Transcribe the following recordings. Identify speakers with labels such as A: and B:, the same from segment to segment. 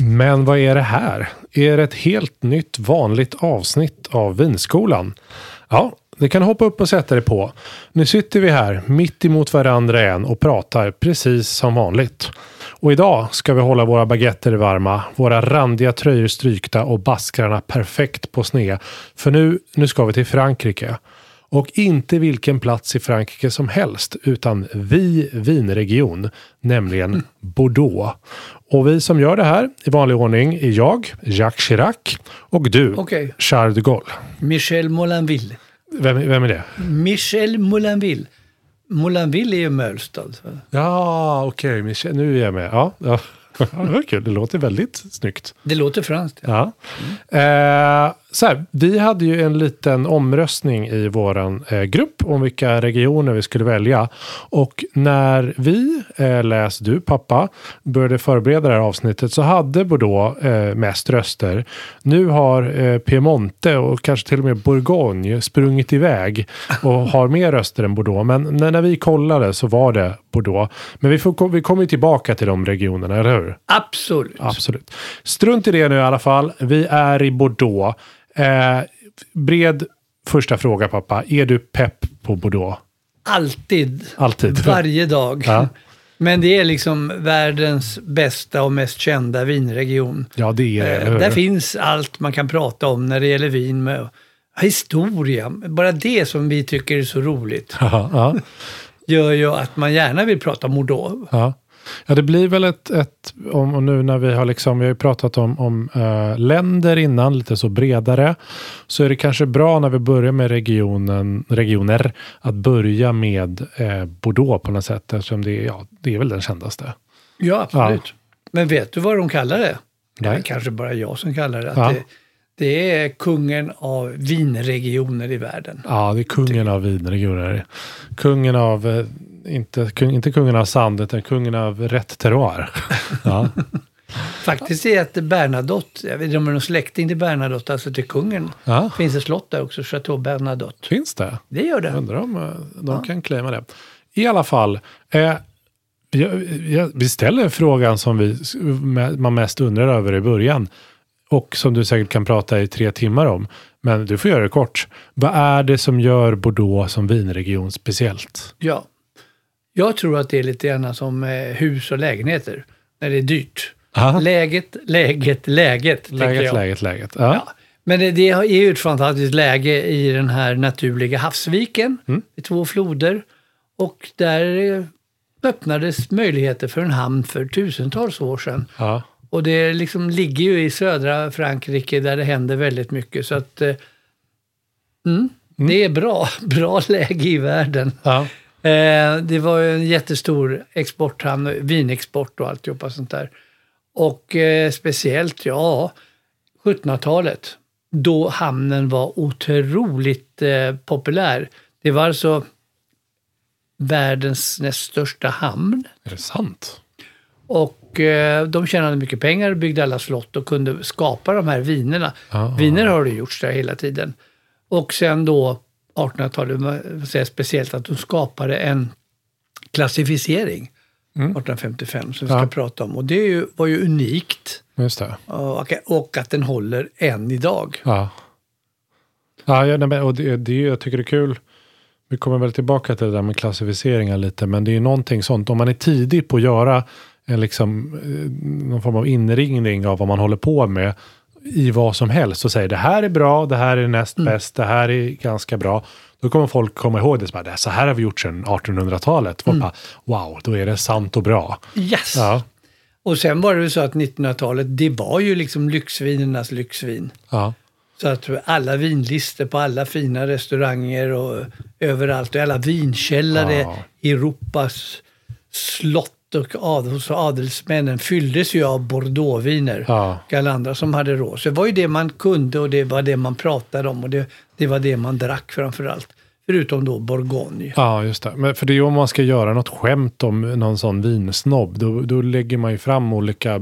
A: Men vad är det här? Är det ett helt nytt vanligt avsnitt av Vinskolan? Ja, ni kan hoppa upp och sätta er på. Nu sitter vi här mitt emot varandra igen och pratar precis som vanligt. Och idag ska vi hålla våra baguetter varma, våra randiga tröjor strykta och baskrarna perfekt på sned. För nu, nu ska vi till Frankrike. Och inte vilken plats i Frankrike som helst, utan vi vinregion, nämligen Bordeaux. Och vi som gör det här i vanlig ordning är jag, Jacques Chirac, och du,
B: Okej.
A: Charles de Gaulle.
B: Michel Molinville.
A: Vem, vem är det?
B: Michel Molinville. Molinville är ju Mölstad. va?
A: Ja, okej, Michel, nu är jag med. Ja, ja. Ja, det var kul, det låter väldigt snyggt.
B: Det låter franskt. Ja.
A: Ja. Eh, så här, vi hade ju en liten omröstning i vår eh, grupp om vilka regioner vi skulle välja. Och när vi, eh, läs du pappa, började förbereda det här avsnittet så hade Bordeaux eh, mest röster. Nu har eh, Piemonte och kanske till och med Bourgogne sprungit iväg och har mer röster än Bordeaux. Men när, när vi kollade så var det Bordeaux. Men vi, får, vi kommer ju tillbaka till de regionerna, eller hur?
B: Absolut.
A: Absolut. Strunt i det nu i alla fall. Vi är i Bordeaux. Eh, bred första fråga pappa. Är du pepp på Bordeaux?
B: Alltid.
A: Alltid.
B: Varje dag.
A: Ja.
B: Men det är liksom världens bästa och mest kända vinregion.
A: Ja, det är det.
B: Eh,
A: eller hur?
B: Där finns allt man kan prata om när det gäller vin med historia. Bara det som vi tycker är så roligt
A: ja, ja,
B: gör ju att man gärna vill prata om Bordeaux.
A: ja. ja, det blir väl ett... ett om, och nu när vi har, liksom, vi har ju pratat om, om eh, länder innan, lite så bredare. Så är det kanske bra när vi börjar med regionen, regioner att börja med eh, Bordeaux på något sätt. Eftersom det, är- ja, det är väl den kändaste.
B: Ja, absolut. Men vet du vad de kallar det? Det
A: Nej.
B: är kanske bara jag som kallar det. Att
A: Ja.
B: det. Det är kungen av vinregioner i världen.
A: Ja, det är kungen av vinregioner. Kungen av, eh, inte, kung, inte kungen av sand, utan kungen av rätt terroir. Ja,
B: Faktiskt är att Bernadotte, jag vet inte om det är någon släkting till Bernadotte, alltså till kungen,
A: ja.
B: finns ett slott där också, Chateau Bernadotte.
A: finns det?
B: Det
A: Jag
B: gör det.
A: undrar om eh, de kan claima det. I alla fall, eh, jag, jag, vi ställer frågan som vi, man mest undrar över i början. Och som du säkert kan prata i tre timmar om. Men du får göra det kort. Vad är det som gör Bordeaux som vinregion speciellt?
B: Ja. Jag tror att det är lite grann som eh, hus och lägenheter, när det är dyrt.
A: Aha.
B: Läget, läget, läget, tänker
A: Läget,
B: jag.
A: läget, läget. Ja.
B: Ja. Men det, det är ju ett fantastiskt läge i den här naturliga havsviken, i två floder. Och där eh, öppnades möjligheter för en hamn för tusentals år sedan.
A: Ja.
B: Och det liksom ligger ju i södra Frankrike där det händer väldigt mycket. Så att, eh, mm, Det är bra, bra läge i världen.
A: Ja.
B: Eh, det var ju en jättestor exporthamn, vinexport och alltihopa sånt där. Och eh, speciellt, ja, 1700-talet, då hamnen var otroligt eh, populär. Det var alltså världens näst största hamn.
A: Är det sant?
B: Och eh, de tjänade mycket pengar, byggde alla slott och kunde skapa de här vinerna.
A: Ah.
B: Viner har det gjorts där hela tiden. Och sen då 1800-talet, man säger speciellt att de skapade en klassificering 1855 som vi ska
A: Mm. Ja.
B: prata om. Och det är ju, var ju unikt
A: Just det.
B: och, och att den håller än idag.
A: Ja. Ja, ja, nej, men, och det, det, är ju- jag tycker det är kul. Vi kommer väl tillbaka till det där med klassificeringar lite, men det är ju någonting sånt. Om man är tidig på att göra en liksom, eh, någon form av inringning av vad man håller på med i vad som helst och säger det här är bra, det här är näst bäst, det här är ganska bra. Då kommer folk komma ihåg det. Så, bara, "Det här- så här har vi gjort sedan 1800-talet. Folk bara, wow, då är det sant och bra.
B: Yes!
A: Ja,
B: Och sen var det ju så att 1900-talet, det var ju liksom lyxvinernas lyxvin.
A: ja,
B: Så att alla vinlister på alla fina restauranger och överallt och alla vinkällare
A: Ja.
B: i Europas slott och ad, hos adelsmännen fylldes ju av bordeauxviner
A: Ja.
B: och alla andra som hade råd. Så det var ju det man kunde och det var det man pratade om och det, det var det man drack framför allt. Förutom då Bourgogne.
A: ja, just det. Men för det är ju om man ska göra något skämt om någon sån vinsnobb, då, då lägger man ju fram olika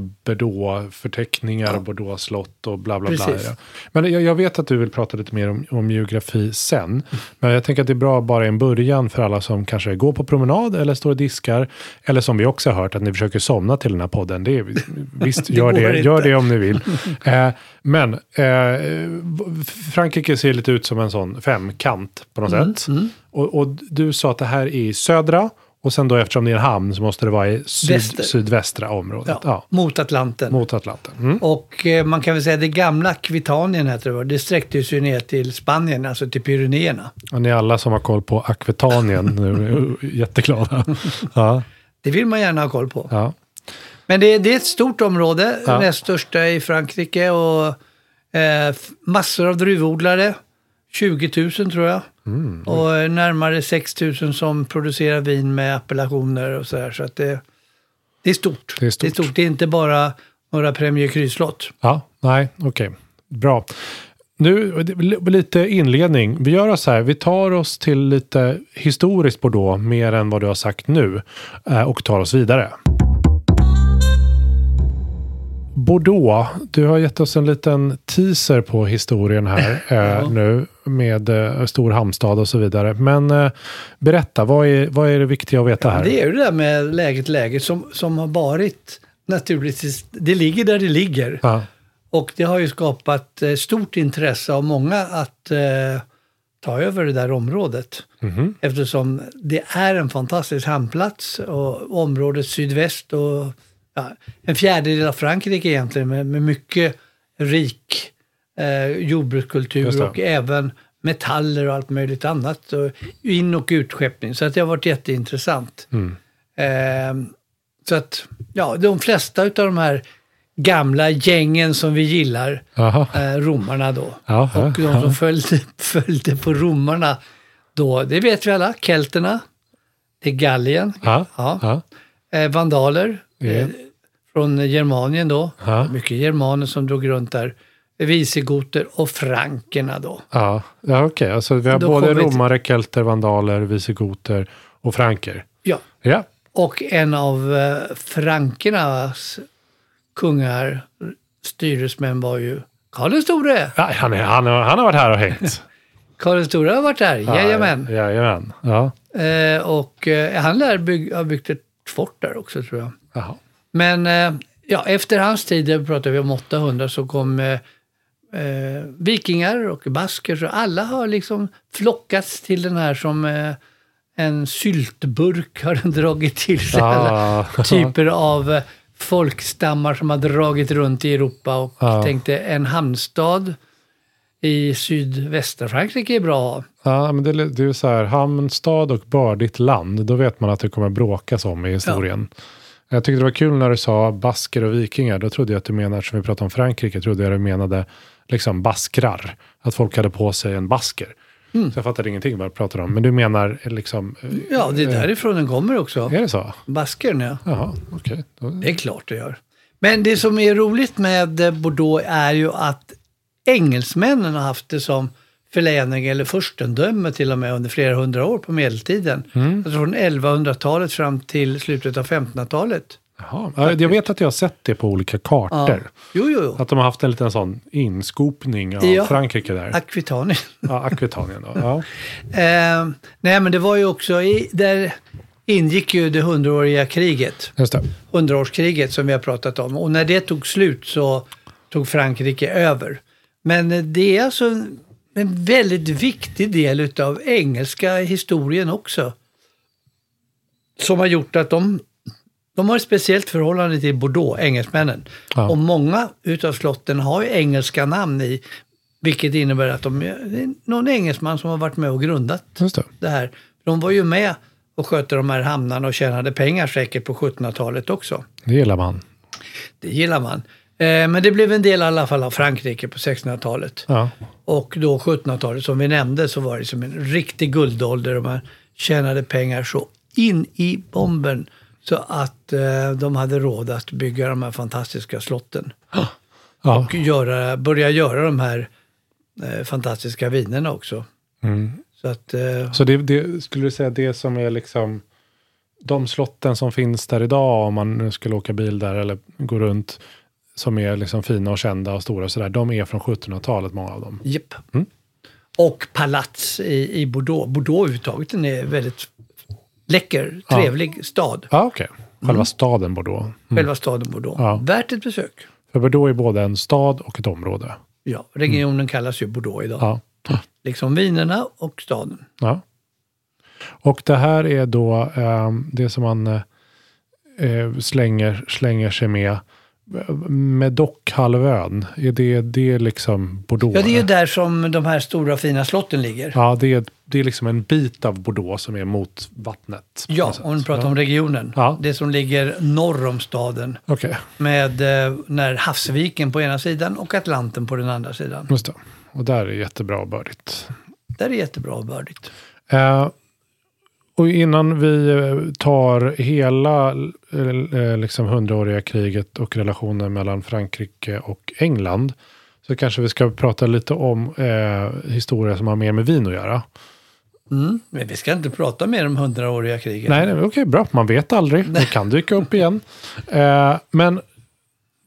A: Bordeaux-förteckningar och Bordeaux-slott och bla bla bla.
B: Precis.
A: Ja. Men jag, jag vet att du vill prata lite mer om, om geografi sen, men jag tänker att det är bra bara i en början för alla som kanske går på promenad eller står och diskar, eller som vi också har hört att ni försöker somna till den här podden. Det är, visst, gör,
B: går
A: det,
B: inte.
A: gör det om ni vill. Eh, men eh, Frankrike ser lite ut som en sån femkant på något sätt. Och, och du sa att det här är i södra och sen då eftersom det är en hamn så måste det vara i syd,
B: Väster.
A: sydvästra området.
B: Ja,
A: Ja.
B: Mot Atlanten.
A: Mot Atlanten. Mm.
B: Och eh, man kan väl säga det gamla Aquitanien heter det var, det sträckte sig ner till Spanien, alltså till Pyrenéerna.
A: Och ni alla som har koll på Akvitanien nu är jätteglada. Ja,
B: Det vill man gärna ha koll på.
A: ja.
B: Men det, det är ett stort område,
A: Ja.
B: näst största i Frankrike och eh, f- massor av druvodlare. 20 000 tror jag.
A: Mm,
B: Och eh, närmare 6 000 som producerar vin med appellationer och sådär. Så att det, det är stort.
A: Det är stort.
B: Det är, inte bara några Premier Cru-slott.
A: Ja, nej, okej. Bra. Nu li- lite inledning. Vi gör så här, vi tar oss till lite historiskt Bordeaux, mer än vad du har sagt nu, eh, och tar oss vidare. Bordeaux, du har gett oss en liten teaser på historien här eh, nu med eh, stor hamnstad och så vidare. Men eh, berätta, vad är, vad är det viktiga att veta här?
B: Det är ju det där med läget, läget som, som har varit naturligtvis. Det ligger där det ligger.
A: Ja,
B: Och det har ju skapat eh, stort intresse av många att eh, ta över det där området.
A: Mhm.
B: Eftersom det är en fantastisk hamnplats och området sydväst och ja, en fjärdedel av Frankrike egentligen med, med mycket rik eh,
A: Just
B: jordbrukskultur
A: det.
B: och även metaller och allt möjligt annat. Och in och utskeppning. Så att det har varit jätteintressant. Ehm, så att, ja, de flesta av de här gamla gängen som vi gillar,
A: Aha.
B: eh, romarna då,
A: Ja,
B: och
A: ja,
B: de som följde, följde på romarna då, det vet vi alla, kelterna, det är Gallien,
A: ja,
B: ja.
A: ja,
B: eh, vandaler eh, från Germanien då,
A: Ja.
B: mycket germaner som drog runt där, visigoter och frankerna då.
A: Ja, ja okej. Alltså, vi har
B: Då
A: både
B: kommer vi till-
A: romare, kelter, vandaler, visigoter och franker.
B: Ja,
A: Ja,
B: och en av eh, frankernas kungar, styresmän var ju Karl den store.
A: ja han, är, han, har- han har varit här och hängt.
B: Karl den store har varit där, jajamän.
A: Ja, jajamän. Ja.
B: Eh, och eh, han lär byg- ha byggt ett fort där också tror jag.
A: Jaha.
B: Men eh, ja, efter hans tid, där pratar vi om 800, så kom eh, eh, vikingar och basker. Så alla har liksom flockats till den här som eh, en syltburk har den dragit till sig.
A: Ah.
B: Alla typer av eh, folkstammar som har dragit runt i Europa och
A: Ah.
B: tänkte en hamnstad i sydvästra Frankrike är bra att ha.
A: Ja, men det, är- det är ju så här, hamnstad och bördigt land, då vet man att det kommer bråkas om i historien. Jag tyckte det var kul när du sa basker och vikingar, då trodde jag att du menade, som vi pratade om Frankrike, trodde jag du menade liksom baskrar. Att folk hade på sig en basker.
B: Mm.
A: Så jag fattade ingenting vad jag pratade om. Men du menar eh, liksom... eh,
B: Ja, det är därifrån den kommer också.
A: Är det så?
B: Baskern, ja.
A: Jaha, okej. Då-
B: Det är klart det gör. Men det som är roligt med eh, Bordeaux är ju att engelsmännen har haft det som förläning eller furstendöme till och med under flera hundra år på medeltiden. Alltså från 1100-talet fram till slutet av 1500-talet.
A: Jaha. Ja, Jag vet att jag har sett det på olika kartor.
B: Jo, jo, jo.
A: Att de har haft en liten sån inskopning av
B: Ja.
A: Frankrike där.
B: Aquitanien.
A: Ja, Aquitanien då. Ja.
B: Eh, nej, men det var ju också, i, där ingick ju det hundraåriga kriget.
A: Just det.
B: hundraårskriget som vi har pratat om. Och när det tog slut så tog Frankrike över. Men det är alltså en en väldigt viktig del utav engelska historien också. Som har gjort att de, de har ett speciellt förhållande till Bordeaux, engelsmännen.
A: Ja.
B: Och många utav slotten har ju engelska namn i. Vilket innebär att de, är- det är någon engelsman som har varit med och grundat
A: Just det.
B: det här. De var ju med och skötte de här hamnarna och tjänade pengar säkert på 1700-talet också.
A: Det gillar man.
B: Det gillar man. Eh, Men det blev en del i alla fall av Frankrike på 1600-talet.
A: Ja.
B: Och då 1700-talet, som vi nämnde, så var det som en riktig guldålder och man tjänade pengar så in i bomben så att eh, de hade råd att bygga de här fantastiska slotten
A: Ja.
B: och göra, börja göra de här eh, fantastiska vinerna också. Så att, eh,
A: Så det, det, skulle du säga det som är liksom de slotten som finns där idag om man nu skulle åka bil där eller gå runt som är liksom fina och kända och stora och sådär. De är från 1700-talet många av dem.
B: Japp. Och palats i, i Bordeaux. Bordeaux överhuvudtaget den är en väldigt läcker,
A: Ja.
B: trevlig stad.
A: Ja, okej. Själva staden Bordeaux.
B: Själva staden Bordeaux.
A: Ja.
B: Värt ett besök.
A: För Bordeaux är både en stad och ett område.
B: Ja, regionen kallas ju Bordeaux idag.
A: Ja.
B: Liksom vinerna och staden.
A: ja. Och det här är då eh, det som man eh, eh, slänger, slänger sig med. Med dockhalvön, är det, det är liksom Bordeaux?
B: Ja, det är ju
A: eller?
B: där som de här stora fina slotten ligger.
A: Ja, det är, det är liksom en bit av Bordeaux som är mot vattnet. på
B: Ja,
A: något sätt.
B: om vi pratar om regionen.
A: Ja.
B: Det som ligger norr om staden.
A: Okej,
B: Med eh, när havsviken på ena sidan och Atlanten på den andra sidan.
A: just det. Och där är jättebra och bördigt.
B: Där är jättebra och bördigt.
A: Eh, och innan vi eh, tar hela eh, liksom hundraåriga kriget och relationen mellan Frankrike och England så kanske vi ska prata lite om eh, historia som har mer med vin att göra.
B: Mm. Men vi ska inte prata mer om hundraåriga kriget.
A: Nej, nej okej, bra. Man vet aldrig. Det kan dyka upp igen. Eh, men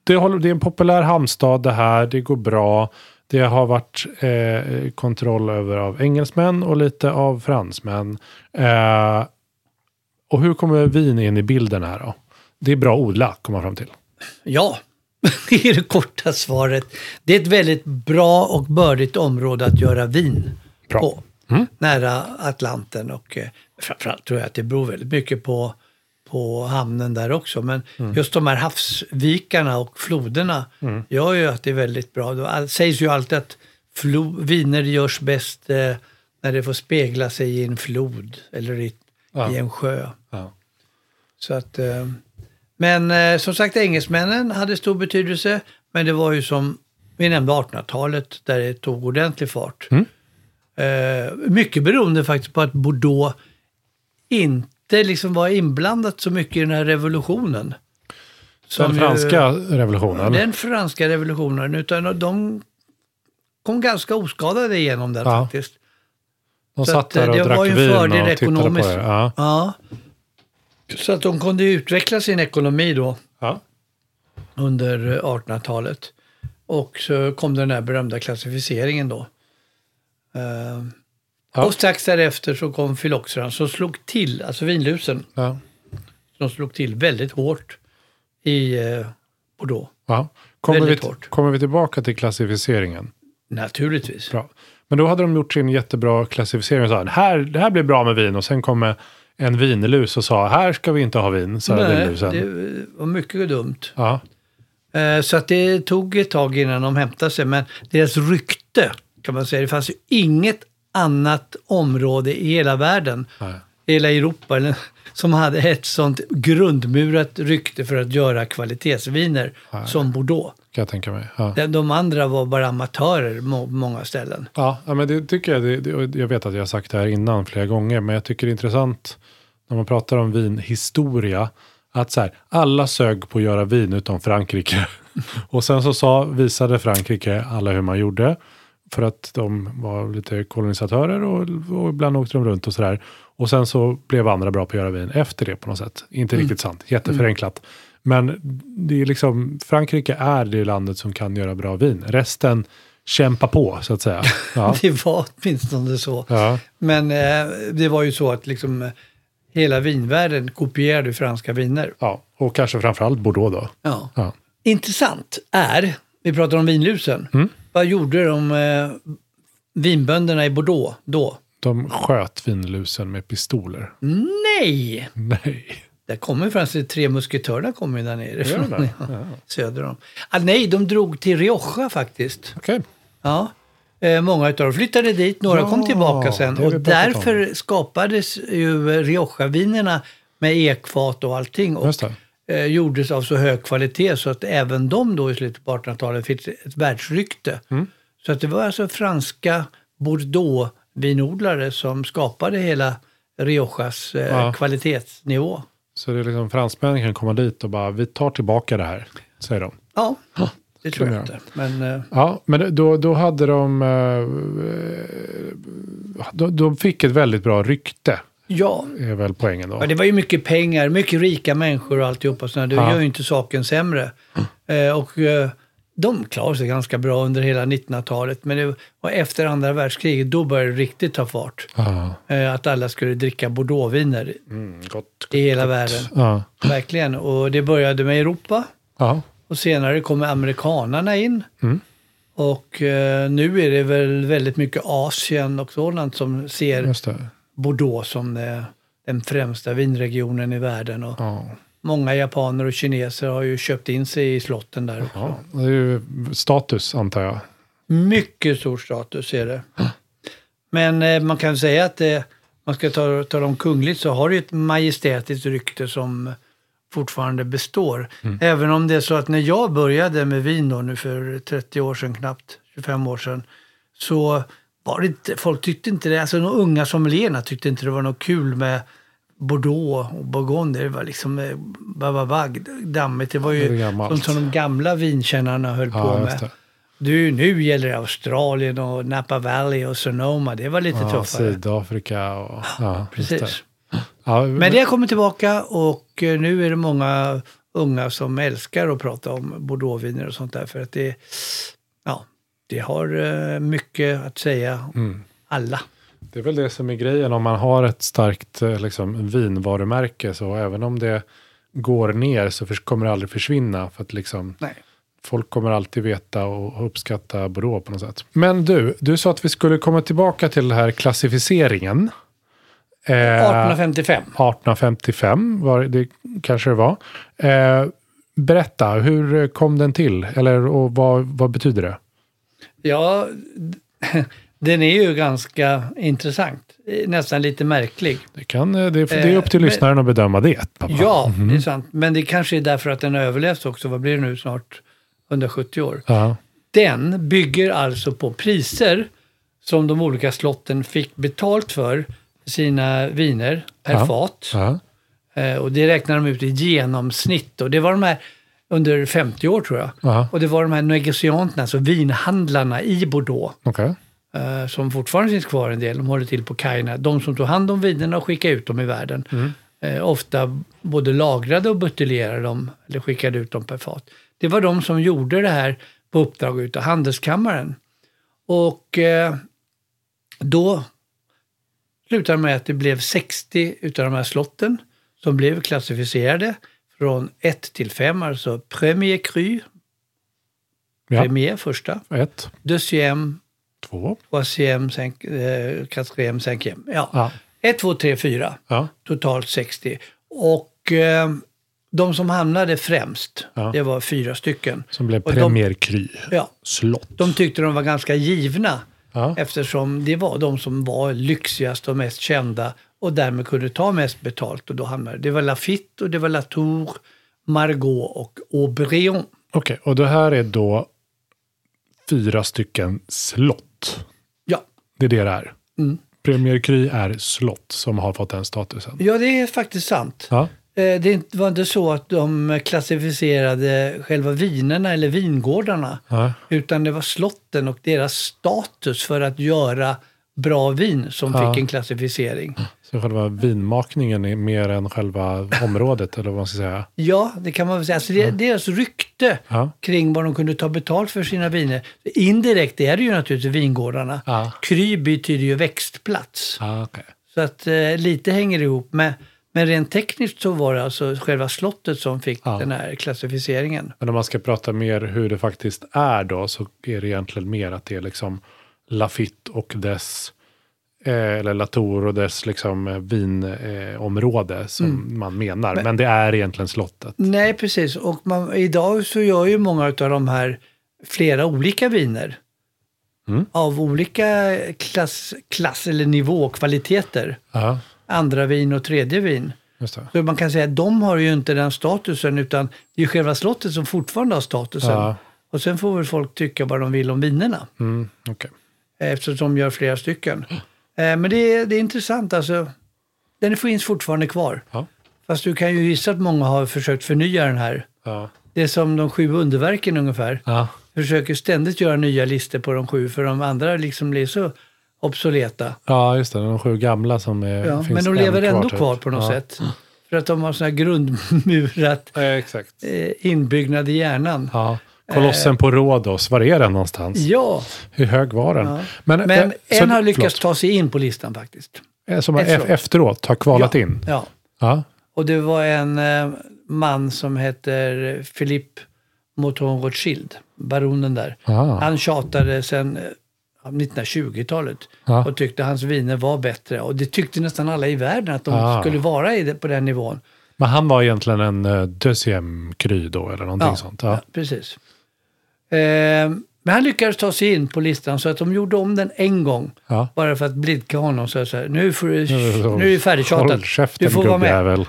A: det, håller, det är en populär hamnstad det här. Det går bra. Det har varit eh, kontroll över av engelsmän och lite av fransmän. Eh, och hur kommer vin in i bilden här då? Det är bra att odla, kommer man fram till.
B: Ja, det är det korta svaret. Det är ett väldigt bra och bördigt område att göra vin
A: Bra.
B: på. Nära Atlanten och eh, framförallt tror jag att det beror väldigt mycket på, på hamnen där också. Men just de här havsvikarna och floderna gör ju att det är väldigt bra. Det all- sägs ju alltid att flo- viner görs bäst eh, när det får spegla sig i en flod eller i, i en sjö.
A: Ja.
B: Så att, eh, men eh, som sagt, engelsmännen hade stor betydelse. Men det var ju som vi nämnde 1800-talet där det tog ordentlig fart.
A: Mm.
B: Eh, mycket beroende faktiskt på att Bordeaux inte liksom var inblandat så mycket i den här revolutionen.
A: Den
B: ju-
A: franska revolutionen.
B: den franska revolutionen. Utan de kom ganska oskadade igenom den
A: Ja.
B: faktiskt.
A: De
B: Så
A: satt
B: att, eh,
A: där och
B: det
A: drack
B: var ju en
A: vin och
B: fördel
A: tittade
B: ekonomiskt.
A: på det. Ja.
B: Ja. Så att de kunde ju utveckla sin ekonomi då.
A: Ja.
B: under eh, 1800-talet. Och så kom den här berömda klassificeringen då. Eh,
A: Ja.
B: Och strax därefter så kom filoxeran som slog till, alltså vinlusen,
A: Ja.
B: som slog till väldigt hårt i eh, Bordeaux.
A: Ja. Kommer, vi,
B: Väldigt hårt.
A: kommer vi tillbaka till klassificeringen?
B: Naturligtvis.
A: Bra. Men då hade de gjort sin jättebra klassificering och sa det här, det här blir bra med vin. Och sen kom eh, en vinlus och sa här ska vi inte ha vin, sa
B: Nej,
A: vinlusen.
B: Eh, det var mycket dumt.
A: Ja,
B: Eh, Så att det tog ett tag innan de hämtade sig, men deras rykte kan man säga, det fanns ju inget annat område i hela världen
A: Nej.
B: hela Europa eller, som hade ett sånt grundmurat rykte för att göra kvalitetsviner
A: Nej.
B: som Bordeaux.
A: Kan jag tänka mig. Ja.
B: De, de andra var bara amatörer må, många ställen.
A: Ja, ja, men det tycker jag. Det, det, och jag vet att jag har sagt det här innan flera gånger, men jag tycker det är intressant när man pratar om vinhistoria, att så här, alla sög på att göra vin utom Frankrike. och sen så sa, visade Frankrike alla hur man gjorde, för att de var lite kolonisatörer och, och ibland åkte de runt och sådär. Och sen så blev andra bra på att göra vin efter det på något sätt. Inte riktigt sant, jätteförenklat. Men det är liksom, Frankrike är det landet som kan göra bra vin. Resten kämpa på, så att säga. Ja.
B: Det var åtminstone så.
A: Ja.
B: Men eh, det var ju så att liksom, eh, hela vinvärlden kopierade franska viner.
A: ja, och kanske framförallt Bordeaux då.
B: Ja.
A: Ja.
B: Intressant är, vi pratar om vinlusen,
A: Mm.
B: vad gjorde de eh, vinbönderna i Bordeaux då?
A: De sköt vinlusen med pistoler.
B: Mm. Nej!
A: Nej.
B: Där kommer ju faktiskt tre musketörerna kommer ju där nere
A: Gör de
B: från,
A: det?
B: ja, söder om. Ah, nej, de drog till Rioja faktiskt.
A: Okej.
B: Ja. Eh, många utav dem flyttade dit, några
A: Ja,
B: kom tillbaka sen.
A: det har vi
B: Och
A: pratat om.
B: därför skapades ju eh, Rioja-vinerna med ekfat och allting. Och
A: Just det.
B: eh, gjordes av så hög kvalitet så att även de då i slutet på 1800-talet fick ett världsrykte.
A: Mm.
B: Så att det var alltså franska Bordeaux-vinodlare som skapade hela Riojas eh,
A: Ja.
B: kvalitetsnivå.
A: Så det är liksom fransmännen kan komma dit och bara, vi tar tillbaka det här, säger de.
B: Ja, det tror
A: kan
B: jag
A: jag.
B: inte. Men eh,
A: Ja, men då, då hade de... Eh, de, de fick ett väldigt bra rykte,
B: ja,
A: är väl poängen då.
B: Ja, det var ju mycket pengar, mycket rika människor och alltihopa. Så det
A: Ja.
B: gör ju inte saken sämre. Eh, och eh, de klarade sig ganska bra under hela 1900-talet. Men det var efter andra världskriget, då började det riktigt ta fart.
A: Ja,
B: Eh, att alla skulle dricka bordeauxviner
A: mm, gott.
B: i hela världen.
A: Ja.
B: Verkligen. Och det började med Europa.
A: ja.
B: Och senare kom amerikanarna in.
A: Mm.
B: Och eh, nu är det väl väldigt mycket Asien och sådant som ser
A: Just det.
B: Bordeaux som eh, den främsta vinregionen i världen. Och
A: Ja.
B: Många japaner och kineser har ju köpt in sig i slotten där.
A: Ja. Det är ju status, antar jag.
B: Mycket stor status är det. Men eh, man kan säga att eh, man ska ta, ta dem kungligt så har det ju ett majestätiskt rykte som fortfarande består.
A: Mm.
B: Även om det är så att när jag började med vin då nu för 30 år sedan knappt, 25 år sedan, så var det inte, folk tyckte inte det, alltså de unga sommelierna tyckte inte det var något kul med Bordeaux och Bourgogne, det var liksom eh, bababag, dammigt. Det var
A: Det är
B: ju
A: gammalt.
B: som, som de gamla vinkännarna höll på
A: Ja,
B: med.
A: just det.
B: Du, nu gäller det Australien och Napa Valley och Sonoma. Det var lite
A: Ja,
B: tuffare.
A: Sydafrika och... Ja, just
B: Precis.
A: Ja,
B: Men det har kommit tillbaka och eh, nu är det många unga som älskar att prata om bordeauxviner och sånt där. För att det, ja, det har eh, mycket att säga.
A: Mm.
B: om Alla.
A: Det är väl det som är grejen om man har ett starkt eh, liksom, vinvarumärke. Så även om det går ner så förs- kommer det aldrig försvinna. För att liksom,
B: Nej.
A: folk kommer alltid veta och uppskatta Bordeaux på något sätt. Men du, du sa att vi skulle komma tillbaka till den här klassificeringen. Eh,
B: 1855.
A: 1855 var det- det kanske det var. Eh, berätta, hur kom den till? Eller och vad, vad betyder det?
B: Ja, den är ju ganska intressant. Eh, Nästan lite märklig.
A: Det, kan, eh, det, det är upp till
B: Eh, men-
A: lyssnaren att bedöma det. Pappa.
B: Ja,
A: Mm-hmm.
B: det är sant. Men det kanske är därför att den har överlevt också. Vad blir det nu? Snart 170 år.
A: Ja.
B: Den bygger alltså på priser som de olika slotten fick betalt för sina viner per
A: Ja.
B: fat.
A: Ja.
B: Eh, Och det räknar de ut i genomsnitt. Och det var de här under 50 år tror jag.
A: Ja.
B: Och det var de här negocianterna, alltså vinhandlarna i Bordeaux,
A: Okej.
B: eh, som fortfarande finns kvar en del. De håller till på kajerna. De som tog hand om vinerna och skickade ut dem i världen. Eh, Ofta både lagrade och buteljerade dem, eller skickade ut dem per fat. Det var de som gjorde det här på uppdrag utav Handelskammaren. Och eh, då slutade det med att det blev 60 utav de här slotten som blev klassificerade från 1 till 5, alltså Premier Cru,
A: Ja.
B: Premier första,
A: Ett,
B: Deuxième,
A: två.
B: Troisième, cinq- eh, quatrième, cinquième. Ja.
A: Ja.
B: ett, två, tre, fyra.
A: Ja.
B: Totalt 60. Och eh, de som hamnade främst,
A: Ja.
B: det var fyra stycken.
A: Som blev
B: Och de-
A: Premier Cru.
B: Ja,
A: Slott.
B: de tyckte de var ganska givna
A: Ja.
B: eftersom det var de som var lyxigast och mest kända och därmed kunde ta mest betalt. Och då hamnade det var Lafitte och det var Latour, Margaux och Aubryon.
A: Okej, och det här är då fyra stycken slott.
B: Ja,
A: Det är det det är.
B: Mm.
A: Premier Cru är slott som har fått den statusen.
B: ja det är faktiskt sant.
A: Ja,
B: Eh, Det inte- var inte så att de klassificerade själva vinerna eller vingårdarna.
A: ja.
B: Utan det var slotten och deras status för att göra bra vin som
A: Ja.
B: fick en klassificering.
A: Så själva vinmakningen är mer än själva området, eller vad man ska säga.
B: Ja, det kan man väl säga. Alltså det, Deras rykte
A: Mm. Ja.
B: kring vad de kunde ta betalt för sina viner. Indirekt är det ju naturligtvis vingårdarna.
A: Ja.
B: Kry betyder ju växtplats.
A: Ah, okay.
B: Så att eh, lite hänger ihop. Men, men rent tekniskt så var det alltså själva slottet som fick
A: Ja.
B: den här klassificeringen.
A: Men om man ska prata mer hur det faktiskt är då, så är det egentligen mer att det är liksom Lafitte och dess, eh, eller Latour och dess liksom eh, vinområde eh, område som man menar. Men, det är egentligen slottet.
B: Nej, precis. Och man, idag så gör ju många av de här flera olika viner.
A: Mm.
B: Av olika klass, klass eller nivå och kvaliteter.
A: Ja,
B: Andra vin och tredje vin.
A: just det.
B: Så man kan säga att de har ju inte den statusen utan det är ju själva slottet som fortfarande har statusen.
A: Ja.
B: Och sen får väl folk tycka vad de vill om vinerna.
A: Mm, okej.
B: Eftersom de gör flera stycken. Eh, Men det är, det är intressant alltså. Den finns fortfarande kvar.
A: Ja.
B: Fast du kan ju gissa att många har försökt förnya den här.
A: Ja.
B: Det är som de sju underverken ungefär.
A: Ja.
B: Försöker ständigt göra nya listor på de sju för de andra liksom blir så obsoleta.
A: ja, just det. De sju gamla som är,
B: Ja,
A: finns
B: men de
A: en
B: lever ändå
A: typ.
B: kvar på något
A: ja.
B: sätt. För att de har sån här grundmurat
A: Eh, exakt.
B: eh, inbyggnad i hjärnan.
A: Ja. Kolossen på Rhodos, var är den någonstans?
B: Ja,
A: Hur hög var den? Men,
B: men
A: eh, så-
B: en har lyckats
A: förlåt.
B: ta sig in på listan faktiskt.
A: Eh, Som har
B: ett
A: e-
B: slott.
A: efteråt har kvalat
B: ja,
A: in.
B: Ja,
A: Ja.
B: och det var en eh, man som heter Philippe Mouton Rothschild, baronen där.
A: Ah.
B: Han tjatade sedan eh, 1920-talet
A: Ja.
B: och tyckte hans viner var bättre. Och det tyckte nästan alla i världen att de
A: Ah.
B: skulle vara i det, på den nivån.
A: Men han var egentligen en uh, deuxième cru då, eller någonting sånt. Ja.
B: precis. Eh, men han lyckades ta sig in på listan så att de gjorde om den en gång.
A: Ja.
B: Bara för att blidka honom. Så så här, nu, får du,
A: så-
B: nu är du färdigtjatat.
A: Håll käften,
B: Du får vara med.
A: gubbjävel.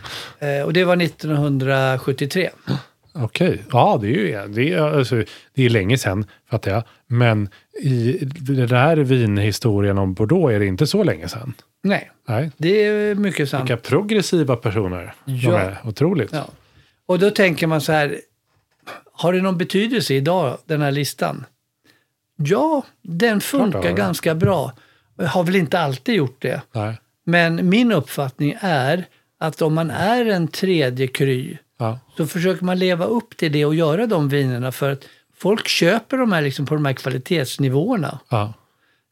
B: Eh, och det var 1973.
A: Okej, ja det är ju det är, alltså, det är länge sedan, fattar jag. Men i den här vinhistorien om Bordeaux är det inte så länge sedan.
B: Nej,
A: Nej.
B: det är mycket sant.
A: Vilka progressiva personer de
B: Ja.
A: är. Otroligt.
B: Ja. Och då tänker man så här, har det någon betydelse idag, den här listan? Ja, den
A: det har
B: funkar
A: det.
B: ganska bra. Har väl inte alltid gjort det.
A: Nej.
B: Men min uppfattning är att om man är en tredje kry
A: Ja.
B: så försöker man leva upp till det och göra de vinerna för att folk köper de här liksom på de här kvalitetsnivåerna.
A: Ja.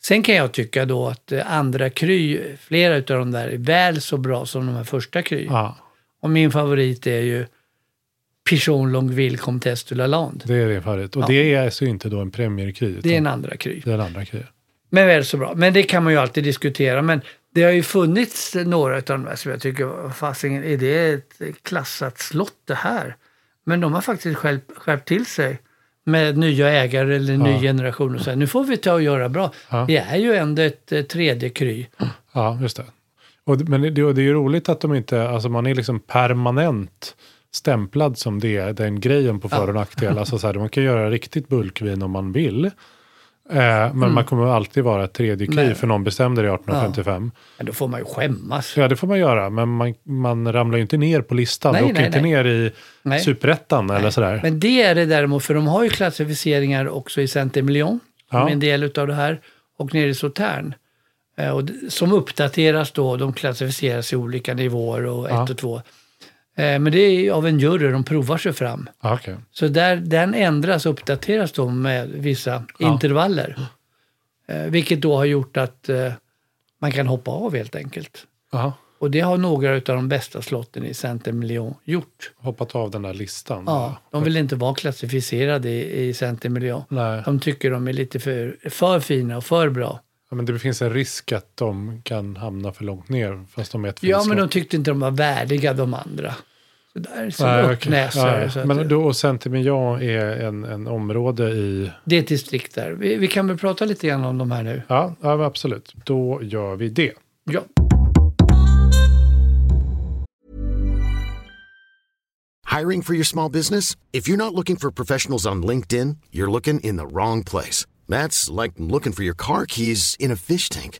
B: Sen kan jag tycka då att eh, andra kry, flera av de där är väl så bra som de här första kry.
A: ja,
B: Och min favorit är ju Pichon Longueville Comtesse du Lalande.
A: det är det förut. Och det är alltså inte då en premierkry.
B: Det är en
A: utan
B: andra kry.
A: den andra kryen.
B: Men väl så bra. Men det kan man ju alltid diskutera. Men det har ju funnits några av de här som jag tycker, vad fasingen, är det ett klassat slott det här? Men de har faktiskt skärpt, skärpt till sig med nya ägare eller ny generation och så här, nu får vi ta och göra bra.
A: Ja.
B: Det är ju ändå ett eh, tredje kry.
A: Ja, just det. Och, det- men det, och det är ju roligt att de inte, alltså man är liksom permanent stämplad som det, den grejen på för och nackdelar. Alltså så här, man kan göra riktigt bulkvin om man vill. Eh, men man kommer alltid vara ett tredje kry
B: Mm. Nej.
A: för någon bestämde det 1855.
B: Men då får man ju skämmas.
A: Ja. det får man göra, men man, man ramlar ju inte ner på listan.
B: Nej,
A: du åker
B: nej,
A: inte
B: nej.
A: ner i
B: Nej.
A: superettan eller sådär.
B: Men det är det däremot, för de har ju klassificeringar också i Saint-Emilion, som
A: Ja.
B: är en del utav det här, och nere i Sautern. Eh, Och d- som uppdateras då, de klassificeras i olika nivåer och ett
A: Ja.
B: och två. Eh, Men det är ju av en jury, de provar sig fram.
A: Ja, Ah, okej.
B: Så där, den ändras och uppdateras då med vissa intervaller. Eh, Vilket då har gjort att eh, man kan hoppa av helt enkelt.
A: Aha.
B: Och det har några utav de bästa slotten i Saint-Emilion gjort.
A: Hoppat av den där listan.
B: Ja, de vill inte vara klassificerade i, i Centermiljö.
A: Nej.
B: De tycker de är lite för, för fina och för bra.
A: Ja, men det finns en risk att de kan hamna för långt ner, fast de är ett
B: Ja,
A: finslott.
B: men de tyckte inte de var värdiga de andra. Så där är
A: Nej,
B: som
A: okej.
B: uppnäsare.
A: Nej,
B: Liksom, så att
A: Men
B: det-
A: då, och Centimillon är en, en område i...
B: Det är ett distrikt där. Vi, vi kan väl prata lite grann om de här nu.
A: Ja, ja, men absolut. Då gör vi det.
B: Ja.
C: Hiring for your small business? If you're not looking for professionals on LinkedIn, you're looking in the wrong place. That's like looking for your car keys in a fish tank.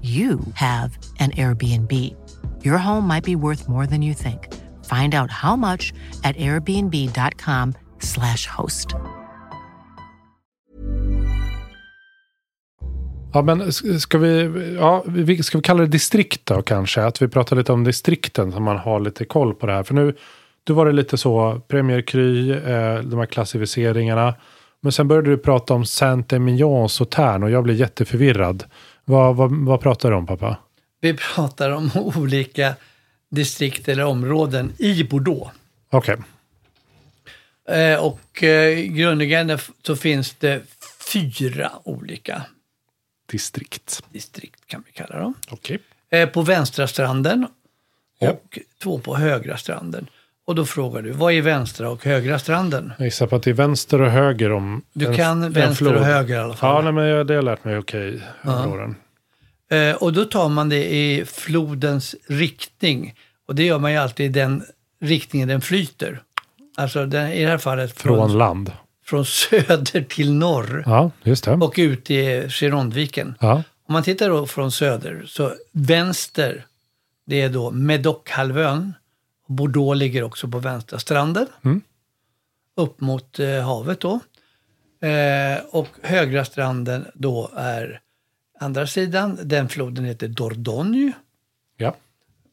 D: you have an Airbnb. Your home might be worth more than you think. Find out how much at airbnb.com/slash host.
A: Ja, men s- ska vi, ja, vi- ska vi kalla det distrikt då kanske? Att vi pratar lite om distrikten så man har lite koll på det här. För nu, då var det lite så, Premier Kry, eh, de här klassificeringarna. Men sen började du prata om Saint-Emilion Sautern och jag blev jätteförvirrad. Vad, vad, vad pratar du om pappa?
B: Vi pratar om olika distrikt eller områden i Bordeaux.
A: Okej,
B: Eh, Och eh, grundläggande f- så finns det fyra olika
A: distrikt.
B: distrikt kan vi kalla dem.
A: Okej.
B: Eh, På vänstra stranden
A: Ja.
B: och två på högra stranden. Och då frågar du, vad är vänstra och högra stranden?
A: Jag gissar på att det är vänster och höger om
B: Du kan vänster
A: flod.
B: och höger i alla fall.
A: Ja, nej, men jag- det har jag lärt mig okej över åren.
B: Eh, Och då tar man det i flodens riktning. Och det gör man ju alltid i den riktningen den flyter. Alltså den, i det här fallet från,
A: Från
B: från,
A: land.
B: söder till norr
A: Ja, just det.
B: och ut i Girondviken.
A: Ja,
B: Om man tittar då från söder, så vänster, det är då Medochalvön. Bordeaux ligger också på vänstra stranden. Upp mot eh, havet då. Eh, och högra stranden då är andra sidan. Den floden heter Dordogne.
A: ja.